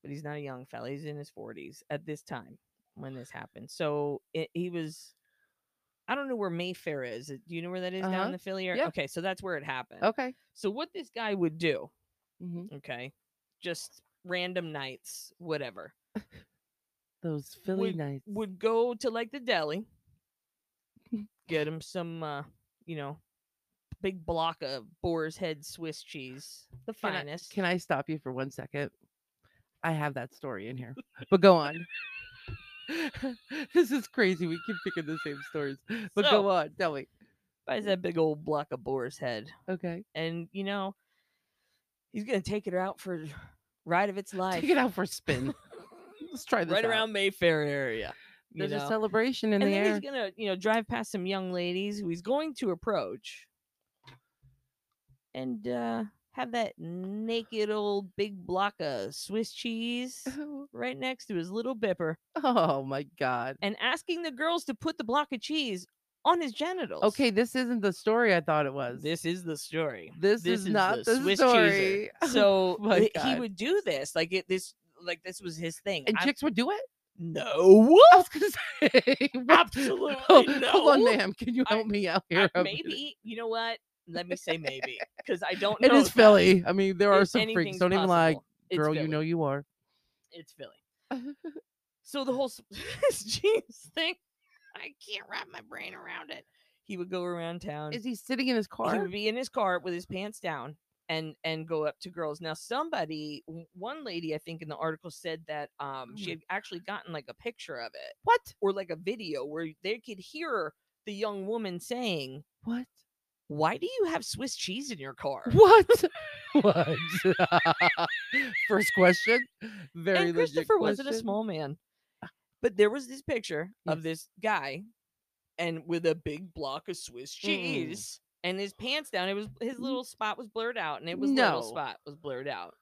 Speaker 2: but he's not a young fella. He's in his forties at this time when this happened. So it, he was. I don't know where Mayfair is. Do you know where that is down
Speaker 1: Uh-huh. Oh.
Speaker 2: in the Philly area?
Speaker 1: Yeah.
Speaker 2: Okay, so that's where it happened.
Speaker 1: Okay.
Speaker 2: So what this guy would do Mm-hmm.
Speaker 1: hmm
Speaker 2: okay just random nights whatever
Speaker 1: Those Philly nights.
Speaker 2: would go to like the deli
Speaker 1: Mm.
Speaker 2: get him some uh you know big block of boar's head swiss cheese the
Speaker 1: Can I-
Speaker 2: finest
Speaker 1: Can I stop you for one second? I have that story in here, but go on. this is crazy. We keep picking the same stories, but
Speaker 2: So-
Speaker 1: go on. Tell me.
Speaker 2: buys that big old block of boar's head
Speaker 1: Okay.
Speaker 2: and you know he's gonna take it out for ride of its life
Speaker 1: Take it out for a spin. Let's try this.
Speaker 2: right
Speaker 1: out.
Speaker 2: around mayfair area you
Speaker 1: There's
Speaker 2: know?
Speaker 1: a celebration in
Speaker 2: and
Speaker 1: the
Speaker 2: then
Speaker 1: air.
Speaker 2: he's gonna you know drive past some young ladies who he's going to approach and uh have that naked old big block of swiss cheese right next to his little bipper
Speaker 1: Oh my god.
Speaker 2: and asking the girls to put the block of cheese on his genitals
Speaker 1: Okay, this isn't the story I thought it was.
Speaker 2: this is the story
Speaker 1: this, is, not the
Speaker 2: cheeser.
Speaker 1: story.
Speaker 2: so
Speaker 1: my
Speaker 2: th- he
Speaker 1: God.
Speaker 2: would do this like it this like this was his thing
Speaker 1: and
Speaker 2: I'm-
Speaker 1: chicks would do it.
Speaker 2: No.
Speaker 1: I was gonna say, what-
Speaker 2: Absolutely
Speaker 1: Hold, hold on,
Speaker 2: no.
Speaker 1: ma'am. Can you
Speaker 2: I-
Speaker 1: help me out
Speaker 2: I-
Speaker 1: here? I'm-
Speaker 2: maybe. You know what? Let me say maybe because I don't
Speaker 1: It
Speaker 2: know.
Speaker 1: is
Speaker 2: if that-
Speaker 1: Philly. I mean, there are
Speaker 2: if
Speaker 1: some freaks.
Speaker 2: anything's
Speaker 1: Don't even lie,
Speaker 2: possible. It's
Speaker 1: girl. You
Speaker 2: Philly.
Speaker 1: know you are.
Speaker 2: It's Philly. so the whole s- jeans thing, I can't wrap my brain around it. He would go around town.
Speaker 1: Is he sitting in his
Speaker 2: he
Speaker 1: car?
Speaker 2: would be in his car with his pants down and and go up to girls now somebody w- one lady i think in the article said that um
Speaker 1: Oh my
Speaker 2: she had actually gotten like a picture of it
Speaker 1: What?
Speaker 2: or like a video where they could hear the young woman saying
Speaker 1: What?
Speaker 2: why do you have swiss cheese in your car
Speaker 1: What? what? First question. Very
Speaker 2: and
Speaker 1: legit
Speaker 2: christopher wasn't a
Speaker 1: question.
Speaker 2: small man but there was this picture of
Speaker 1: Yes.
Speaker 2: this guy and with a big block of swiss
Speaker 1: Mm.
Speaker 2: cheese and his pants down it was his little spot was blurred out and it was
Speaker 1: No.
Speaker 2: little spot was blurred out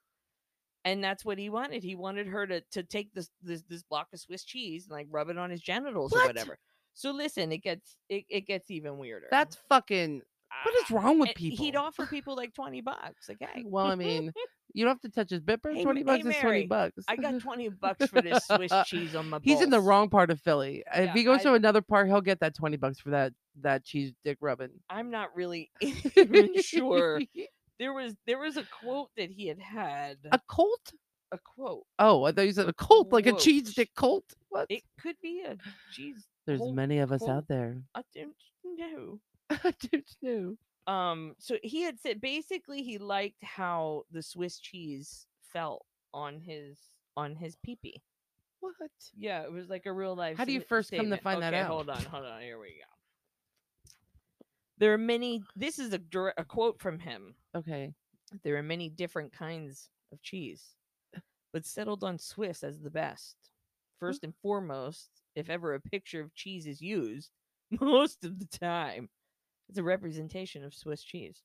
Speaker 2: and that's what he wanted he wanted her to to take this this this block of swiss cheese and like rub it on his genitals
Speaker 1: What?
Speaker 2: or whatever so listen it gets it, it gets even weirder Ah,
Speaker 1: That's fucking. What is wrong with
Speaker 2: And
Speaker 1: people?
Speaker 2: he'd offer people like 20 bucks like hey
Speaker 1: Well, I mean, you don't have to touch his bipper.
Speaker 2: Hey,
Speaker 1: twenty
Speaker 2: hey,
Speaker 1: bucks is
Speaker 2: Mary,
Speaker 1: twenty bucks.
Speaker 2: i got 20 bucks for this swiss cheese on my
Speaker 1: He's in the
Speaker 2: balls."
Speaker 1: wrong part of Philly. Uh, If
Speaker 2: Yeah,
Speaker 1: he goes
Speaker 2: I-
Speaker 1: to another part, he'll get that twenty bucks for that that cheese dick rubbing.
Speaker 2: I'm not really even sure. There was there was a quote that he had had
Speaker 1: a cult?
Speaker 2: a quote.
Speaker 1: Oh, I thought you said a cult, like a
Speaker 2: Whoa.
Speaker 1: cheese dick cult. What?
Speaker 2: It could be a jeez.
Speaker 1: There's
Speaker 2: cult-
Speaker 1: many of us
Speaker 2: cult.
Speaker 1: out there.
Speaker 2: I don't know.
Speaker 1: I don't know.
Speaker 2: Um, so he had said basically he liked how the Swiss cheese felt on his on his peepee.
Speaker 1: What?
Speaker 2: Yeah, it was like a real life.
Speaker 1: How do you
Speaker 2: sta-
Speaker 1: first come to
Speaker 2: statement.
Speaker 1: find that
Speaker 2: Okay,
Speaker 1: out?
Speaker 2: Hold on, hold on. Here we go. There are many. This is a dir- a quote from him.
Speaker 1: Okay.
Speaker 2: There are many different kinds of cheese, but settled on Swiss as the best. First and foremost, if ever a picture of cheese is used, most of the time, it's a representation of Swiss cheese.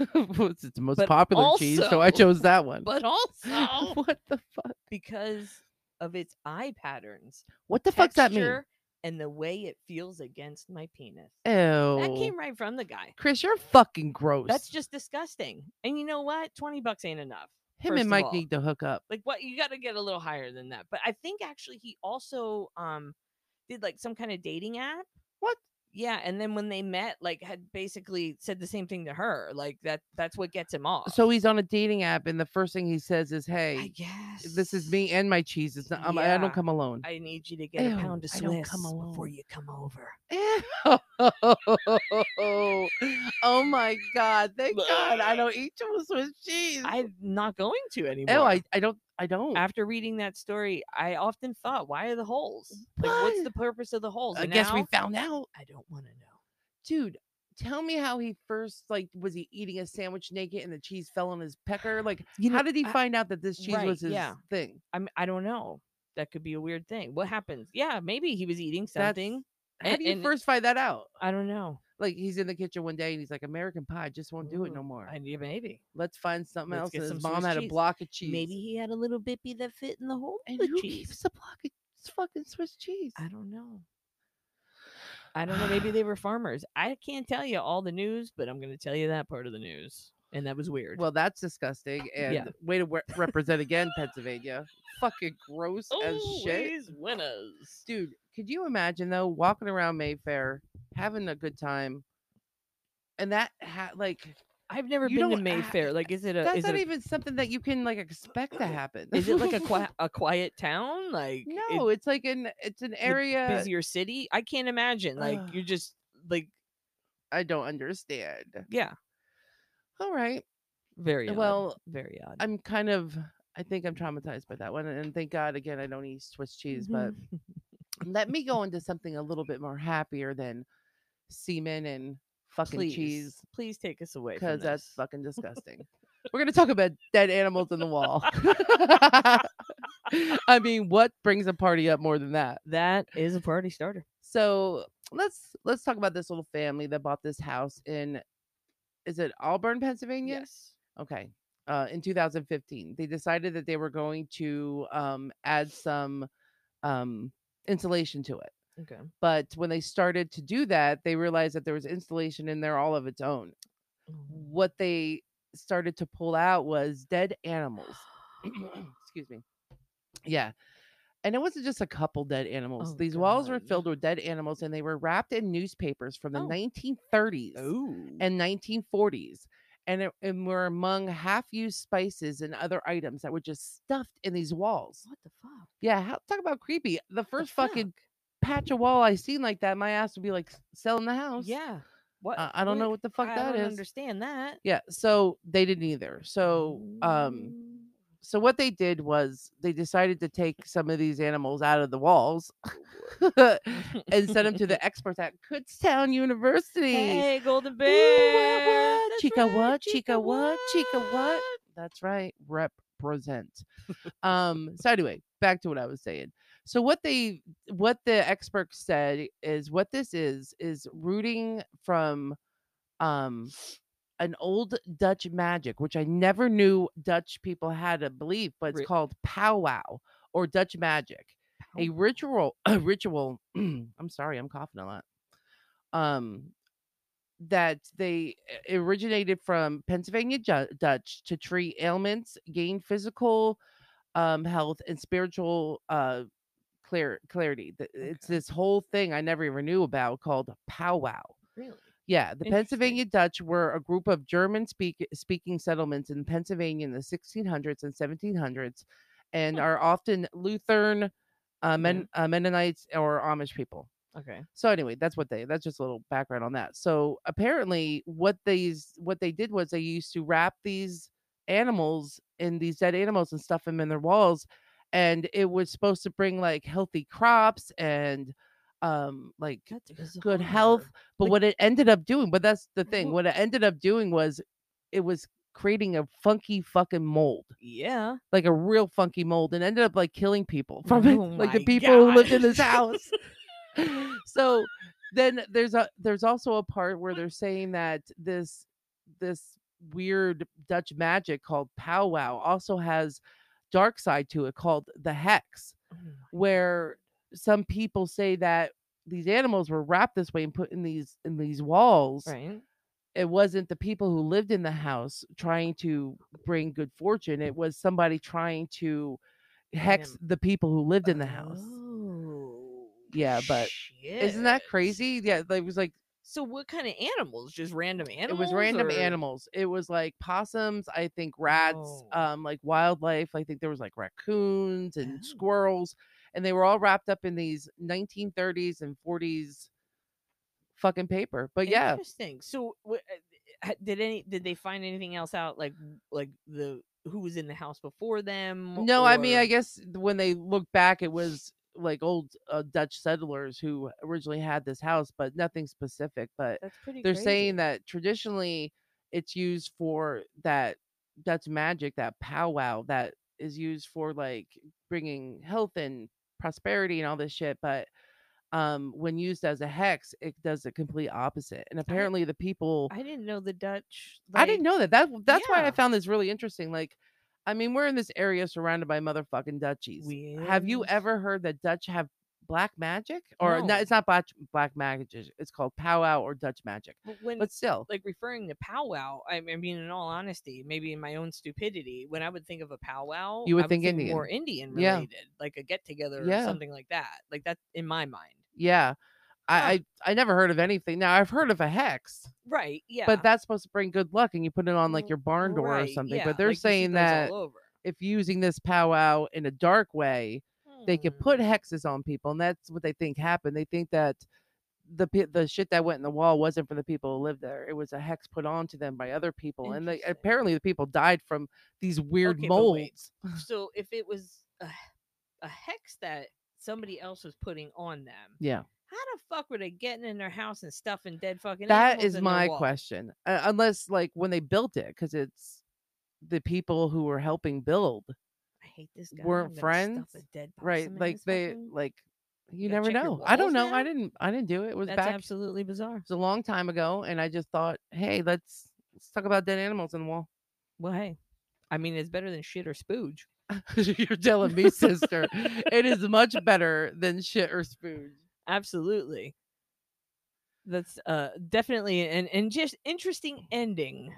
Speaker 1: it's it's the most
Speaker 2: But
Speaker 1: popular cheese, so I
Speaker 2: also-
Speaker 1: chose that one.
Speaker 2: But also
Speaker 1: what the fuck?
Speaker 2: because of its eye patterns,
Speaker 1: What the fuck's that mean?
Speaker 2: texture, and the way it feels against my penis.
Speaker 1: Ew.
Speaker 2: That
Speaker 1: Oh.
Speaker 2: came right from the guy.
Speaker 1: Chris, you're fucking gross.
Speaker 2: That's just disgusting. And you know what? 20 bucks ain't enough.
Speaker 1: him
Speaker 2: first
Speaker 1: and
Speaker 2: of
Speaker 1: Mike
Speaker 2: all.
Speaker 1: need to hook up.
Speaker 2: like what you got to get a little higher than that but i think actually he also um did like some kind of dating app
Speaker 1: What?
Speaker 2: yeah and then when they met like had basically said the same thing to her like that that's what gets him off
Speaker 1: So he's on a dating app, and the first thing he says is,
Speaker 2: uh, i
Speaker 1: "Hey,
Speaker 2: guess
Speaker 1: this is me and my cheese. It's not, um, I
Speaker 2: Yeah.
Speaker 1: don't come alone."
Speaker 2: i need you to get
Speaker 1: Ew,
Speaker 2: a pound of
Speaker 1: I don't
Speaker 2: swiss
Speaker 1: come
Speaker 2: before
Speaker 1: alone.
Speaker 2: you come over
Speaker 1: oh my god! Thank God I don't eat too much Swiss cheese.
Speaker 2: i'm not going to anymore
Speaker 1: Oh, I, I don't I don't.
Speaker 2: after reading that story i often thought why are the holes like what's
Speaker 1: What?
Speaker 2: the purpose of the holes
Speaker 1: I
Speaker 2: And
Speaker 1: guess we
Speaker 2: now,
Speaker 1: found out.
Speaker 2: i don't want to know
Speaker 1: dude tell me how he first like was he eating a sandwich naked and the cheese fell on his pecker like
Speaker 2: you
Speaker 1: how did he
Speaker 2: I-
Speaker 1: find out that this cheese
Speaker 2: right,
Speaker 1: was his
Speaker 2: yeah.
Speaker 1: thing
Speaker 2: I mean, I don't know. That could be a weird thing. What happens? Yeah, maybe he was eating
Speaker 1: That's-
Speaker 2: something.
Speaker 1: how
Speaker 2: and-
Speaker 1: do you
Speaker 2: and-
Speaker 1: first find that out
Speaker 2: I don't know.
Speaker 1: like he's in the kitchen one day and he's like american pie just won't do it no more
Speaker 2: I need maybe.
Speaker 1: let's find something
Speaker 2: let's
Speaker 1: else
Speaker 2: get
Speaker 1: and his
Speaker 2: some
Speaker 1: mom
Speaker 2: Swiss
Speaker 1: had a
Speaker 2: cheese.
Speaker 1: block of cheese
Speaker 2: Maybe he had a little bippy that fit in the hole of
Speaker 1: and
Speaker 2: the
Speaker 1: who
Speaker 2: cheese.
Speaker 1: keeps a block of s- fucking swiss cheese
Speaker 2: I don't know. I don't know. Maybe they were farmers. I can't tell you all the news, but I'm going to tell you that part of the news. And that was weird.
Speaker 1: well that's disgusting and
Speaker 2: Yeah.
Speaker 1: way to we- represent again pennsylvania fucking gross as
Speaker 2: Oh,
Speaker 1: shit
Speaker 2: Always winners.
Speaker 1: dude could you imagine though walking around mayfair having a good time and that ha- like
Speaker 2: I've never
Speaker 1: You
Speaker 2: been to
Speaker 1: don't a-
Speaker 2: Mayfair. Like, is it a?
Speaker 1: that's
Speaker 2: Uh, Is
Speaker 1: not
Speaker 2: it,
Speaker 1: even something that you can like expect to happen
Speaker 2: a is it like a, qui- a quiet town? Like, it-
Speaker 1: no it's like an it's an area
Speaker 2: busier city. I can't imagine. Like,
Speaker 1: Ugh.
Speaker 2: you're just like,
Speaker 1: i don't understand
Speaker 2: yeah,
Speaker 1: all right
Speaker 2: very odd.
Speaker 1: Well,
Speaker 2: very odd.
Speaker 1: i'm kind of i think i'm traumatized by that one and thank god again i don't eat swiss cheese but
Speaker 2: Mm-hmm.
Speaker 1: let me go into something a little bit more happier than semen and fucking
Speaker 2: please,
Speaker 1: cheese
Speaker 2: please take us away from
Speaker 1: because that's
Speaker 2: this.
Speaker 1: fucking disgusting. We're gonna talk about dead animals in the wall. I mean, what brings a party up more than that?
Speaker 2: that is a party starter.
Speaker 1: So let's let's talk about this little family that bought this house in is it Auburn, Pennsylvania?
Speaker 2: Yes.
Speaker 1: Okay. Uh, in 2015, they decided that they were going to um, add some um, insulation to it.
Speaker 2: Okay.
Speaker 1: But when they started to do that, they realized that there was insulation in there all of its own what they started to pull out was dead animals. Excuse me. Yeah. And it wasn't just a couple dead animals.
Speaker 2: Oh,
Speaker 1: These walls were
Speaker 2: God.
Speaker 1: filled with dead animals and they were wrapped in newspapers from the
Speaker 2: Oh.
Speaker 1: 1930s
Speaker 2: Oh.
Speaker 1: and 1940s. And, it, and were among half used spices and other items that were just stuffed in these walls.
Speaker 2: what the fuck?
Speaker 1: Yeah, how, talk about creepy. The
Speaker 2: The
Speaker 1: first fucking patch of wall I seen like that, my ass would be like "S- selling the
Speaker 2: fuck?
Speaker 1: house.
Speaker 2: Yeah. What?
Speaker 1: I- I don't know what the fuck
Speaker 2: I
Speaker 1: that
Speaker 2: don't
Speaker 1: is.
Speaker 2: Understand that.
Speaker 1: Yeah. So they didn't either. So um so what they did was they decided to take some of these animals out of the walls
Speaker 2: Oh,
Speaker 1: and send them to the experts at Kutztown University.
Speaker 2: Hey, Golden
Speaker 1: Woo, what,
Speaker 2: Bear.
Speaker 1: what?
Speaker 2: That's
Speaker 1: Chica
Speaker 2: right,
Speaker 1: what? Chica what? Chica what? That's right. Represent. um, so anyway, back to what I was saying. So what they what the experts said is what this is is rooting from um an old Dutch magic, which I never knew Dutch people had a belief, but it's
Speaker 2: Re-
Speaker 1: called powwow or Dutch magic. A ritual a ritual I'm sorry, I'm coughing a lot. Um that they i- originated from Pennsylvania Ju- Dutch to treat ailments, gain physical um, health, and spiritual uh, clear clarity. Th- It's
Speaker 2: Okay.
Speaker 1: this whole thing I never even knew about called powwow.
Speaker 2: Really?
Speaker 1: Yeah, the
Speaker 2: Interesting.
Speaker 1: Pennsylvania Dutch were a group of German speak- speaking settlements in Pennsylvania in the 1600s and 1700s, and
Speaker 2: Hmm.
Speaker 1: are often Lutheran, uh,
Speaker 2: Mhm.
Speaker 1: Men- uh, Mennonites, or Amish people.
Speaker 2: Okay.
Speaker 1: So anyway, that's what they that's just a little background on that. So apparently what these what they did was they used to wrap these animals in these dead animals and stuff them in their walls and it was supposed to bring like healthy crops and um like
Speaker 2: That's
Speaker 1: good health,
Speaker 2: bizarre.
Speaker 1: but
Speaker 2: like- Uh-huh.
Speaker 1: what it ended up doing, but that's the thing.
Speaker 2: Wha-
Speaker 1: What it ended up doing was it was creating a funky fucking mold
Speaker 2: Yeah.
Speaker 1: like a real funky mold and ended up like killing people from it,
Speaker 2: Oh
Speaker 1: like the
Speaker 2: my
Speaker 1: people who lived in this
Speaker 2: gosh.
Speaker 1: house. so then there's a there's also a part where they're saying that this this weird Dutch magic called powwow also has dark side to it called the hex, where some people say that these animals were wrapped this way and put in these in these walls
Speaker 2: Right.
Speaker 1: it wasn't the people who lived in the house trying to bring good fortune. It was somebody trying to hex
Speaker 2: Damn.
Speaker 1: the people who lived in the house.
Speaker 2: Oh.
Speaker 1: Yeah, but Isn't that
Speaker 2: shit.
Speaker 1: crazy? Yeah, like, it was like
Speaker 2: So what kind of animals? Just random animals?
Speaker 1: it was random
Speaker 2: or-
Speaker 1: animals. It was like possums, I think rats,
Speaker 2: Oh.
Speaker 1: um, like wildlife. I think there was like raccoons and
Speaker 2: Oh.
Speaker 1: squirrels, and they were all wrapped up in these 1930s and 40s fucking paper. But yeah,
Speaker 2: Interesting. So wha- uh, ha- did any did they find anything else out like like the who was in the house before them?
Speaker 1: No, I mean,
Speaker 2: or-
Speaker 1: I guess when they look back, it was like old uh, Dutch settlers who originally had this house, but nothing specific. But
Speaker 2: that's pretty
Speaker 1: they're
Speaker 2: crazy.
Speaker 1: saying that traditionally it's used for that Dutch magic, that powwow that is used for like bringing health and prosperity and all this shit. But um, when used as a hex, it does the complete opposite. And apparently, the people
Speaker 2: I didn't know the Dutch
Speaker 1: I didn't know that. That that's why I
Speaker 2: yeah.
Speaker 1: found this really interesting. Like, I mean, we're in this area surrounded by motherfucking Dutchies. Have you
Speaker 2: Weird.
Speaker 1: ever heard that Dutch have black magic? Or no,
Speaker 2: No.
Speaker 1: it's not black black magic. It's called powwow or Dutch magic.
Speaker 2: But when
Speaker 1: But still,
Speaker 2: like referring to powwow, I m- I mean, in all honesty, maybe in my own stupidity, when I would think of a powwow,
Speaker 1: You would
Speaker 2: I
Speaker 1: think
Speaker 2: more Indian
Speaker 1: Yeah.
Speaker 2: related, like a get together
Speaker 1: Yeah.
Speaker 2: or something like that. Like that in my mind.
Speaker 1: yeah. I,
Speaker 2: Huh.
Speaker 1: I I never heard of anything. Now I've heard of a hex,
Speaker 2: Right. Yeah.
Speaker 1: but that's supposed to bring good luck, and you put it on like
Speaker 2: Mm,
Speaker 1: your barn door or
Speaker 2: right,
Speaker 1: something.
Speaker 2: yeah,
Speaker 1: But they're
Speaker 2: like, you see
Speaker 1: saying
Speaker 2: those all
Speaker 1: that
Speaker 2: over.
Speaker 1: if using this powwow in a dark way, they could put
Speaker 2: Hmm.
Speaker 1: hexes on people, and that's what they think happened. They think that the pe- the shit that went in the wall wasn't from the people who lived there; it was a hex put onto them by other people, and they,
Speaker 2: Interesting.
Speaker 1: apparently the people died from these weird
Speaker 2: Okay, but wait.
Speaker 1: molds.
Speaker 2: so if it was a, a hex that somebody else was putting on them,
Speaker 1: Yeah,
Speaker 2: how the fuck were they getting in their house and stuffing dead fucking?
Speaker 1: that
Speaker 2: animals
Speaker 1: is
Speaker 2: in their
Speaker 1: my
Speaker 2: wall?
Speaker 1: question. Uh, unless like when they built it, because it's the people who were helping build,
Speaker 2: I hate this guy.
Speaker 1: Weren't
Speaker 2: I'm gonna stuff
Speaker 1: friends,
Speaker 2: a dead
Speaker 1: right?
Speaker 2: possum in
Speaker 1: Like
Speaker 2: his
Speaker 1: they
Speaker 2: fucking-
Speaker 1: like you
Speaker 2: gotta
Speaker 1: never
Speaker 2: check your
Speaker 1: know. I don't
Speaker 2: walls
Speaker 1: know.
Speaker 2: now?
Speaker 1: I didn't. I didn't do it. It was
Speaker 2: That's
Speaker 1: back.
Speaker 2: absolutely bizarre.
Speaker 1: it was a long time ago, and I just thought, hey, let's let's talk about dead animals in the wall.
Speaker 2: Well, hey, I mean, it's better than shit or spooge.
Speaker 1: You're telling me, sister, it is much better than shit or spoon.
Speaker 2: Absolutely. That's uh definitely an and just interesting ending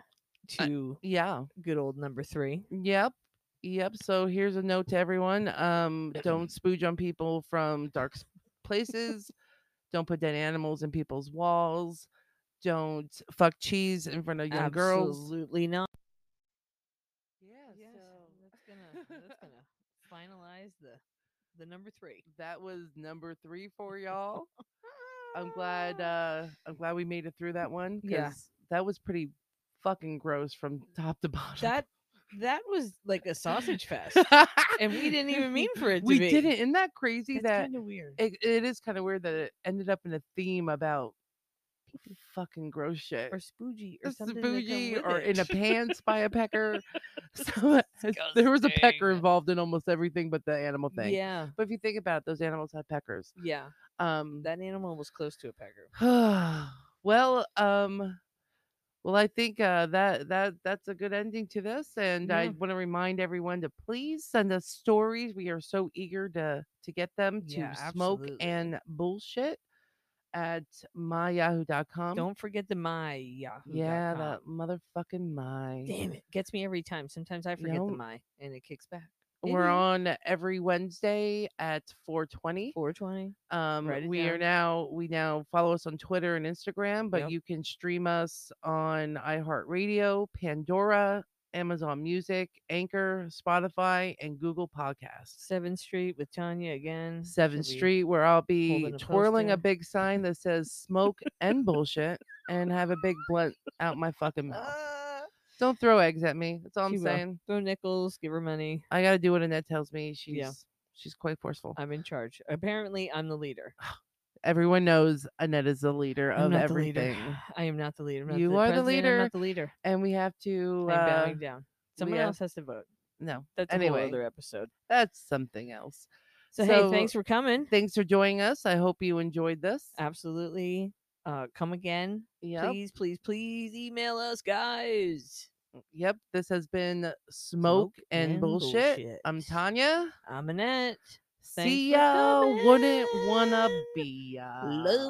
Speaker 1: Uh,
Speaker 2: to
Speaker 1: Yeah.
Speaker 2: good old number three.
Speaker 1: Yep. Yep. So here's a note to everyone. Um, don't spooge on people from dark s- places. don't put dead animals in people's walls. Don't fuck cheese in front of young girls.
Speaker 2: Absolutely not.
Speaker 1: Yeah.
Speaker 2: Yeah,
Speaker 1: so-
Speaker 2: that's gonna that's gonna finalize the the number three.
Speaker 1: that was number three for y'all. I'm glad uh I'm glad we made it through that one.
Speaker 2: Yeah.
Speaker 1: 'cause That was pretty fucking gross from top to bottom.
Speaker 2: that that was like a sausage fest, and we didn't even mean for it. To
Speaker 1: we
Speaker 2: be.
Speaker 1: didn't. Isn't that crazy
Speaker 2: It's
Speaker 1: that
Speaker 2: kind of weird.
Speaker 1: it, it is kind of weird that it ended up in a theme about
Speaker 2: Pee-pee.
Speaker 1: fucking gross shit.
Speaker 2: or spoogie or
Speaker 1: This is
Speaker 2: something.
Speaker 1: bougie
Speaker 2: that come
Speaker 1: or
Speaker 2: with
Speaker 1: in a
Speaker 2: it.
Speaker 1: pants by a pecker. So there was a pecker
Speaker 2: Disgusting.
Speaker 1: involved in almost everything but the animal thing.
Speaker 2: Yeah,
Speaker 1: But if you think about it, those animals have peckers.
Speaker 2: yeah.
Speaker 1: Um
Speaker 2: That animal was close to a pecker.
Speaker 1: well, um, well, I think uh, that that that's a good ending to this, and I
Speaker 2: Yeah.
Speaker 1: want to remind everyone to please send us stories. We are so eager to to get them to
Speaker 2: Yeah,
Speaker 1: smoke
Speaker 2: absolutely.
Speaker 1: and bullshit at myyahoo.com.
Speaker 2: Don't forget the my Yahoo.
Speaker 1: Um yeah, that motherfucking my.
Speaker 2: Damn it, gets me every time. Sometimes I forget
Speaker 1: know-
Speaker 2: the my, and it kicks back.
Speaker 1: We're
Speaker 2: Idiot.
Speaker 1: on every Wednesday at 420.
Speaker 2: 420.
Speaker 1: Um,
Speaker 2: Write it
Speaker 1: we are
Speaker 2: down.
Speaker 1: now we now follow us on Twitter and Instagram, but
Speaker 2: Yep.
Speaker 1: you can stream us on iHeartRadio, Pandora, Amazon Music, Anchor, Spotify, and Google Podcasts.
Speaker 2: Seventh Street with Tanya again.
Speaker 1: Seventh
Speaker 2: She'll be
Speaker 1: Street, where I'll be
Speaker 2: holding a
Speaker 1: twirling a
Speaker 2: poster.
Speaker 1: big sign that says "Smoke and Bullshit" and have a big blunt out my fucking mouth.
Speaker 2: Ah,
Speaker 1: Don't throw eggs at me. That's all I'm
Speaker 2: She will.
Speaker 1: saying.
Speaker 2: throw nickels, give her money.
Speaker 1: I gotta do what Annette tells me. She's
Speaker 2: Yeah.
Speaker 1: she's quite forceful.
Speaker 2: I'm in charge. Apparently, I'm the leader
Speaker 1: Everyone knows Annette is the leader
Speaker 2: I'm
Speaker 1: of
Speaker 2: not the leader.
Speaker 1: everything.
Speaker 2: I am not the leader. I'm not
Speaker 1: You
Speaker 2: the
Speaker 1: are the
Speaker 2: president, I'm
Speaker 1: leader.
Speaker 2: not the leader.
Speaker 1: and we have to
Speaker 2: I'm
Speaker 1: uh,
Speaker 2: bowing down. Someone
Speaker 1: have-
Speaker 2: else has to vote.
Speaker 1: no
Speaker 2: That's a
Speaker 1: Anyway.
Speaker 2: whole other episode.
Speaker 1: that's something else
Speaker 2: So,
Speaker 1: So-
Speaker 2: hey, thanks for coming.
Speaker 1: thanks for joining us i hope you enjoyed this
Speaker 2: Absolutely. Uh, come again.
Speaker 1: yep
Speaker 2: Please, please, please email us, guys.
Speaker 1: yep this has been
Speaker 2: Smoke
Speaker 1: smoke, and,
Speaker 2: and
Speaker 1: bullshit.
Speaker 2: Bullshit.
Speaker 1: i'm tanya
Speaker 2: I'm Annette. Thanks
Speaker 1: see
Speaker 2: for
Speaker 1: ya wouldn't wanna
Speaker 2: coming.
Speaker 1: be ya
Speaker 2: Love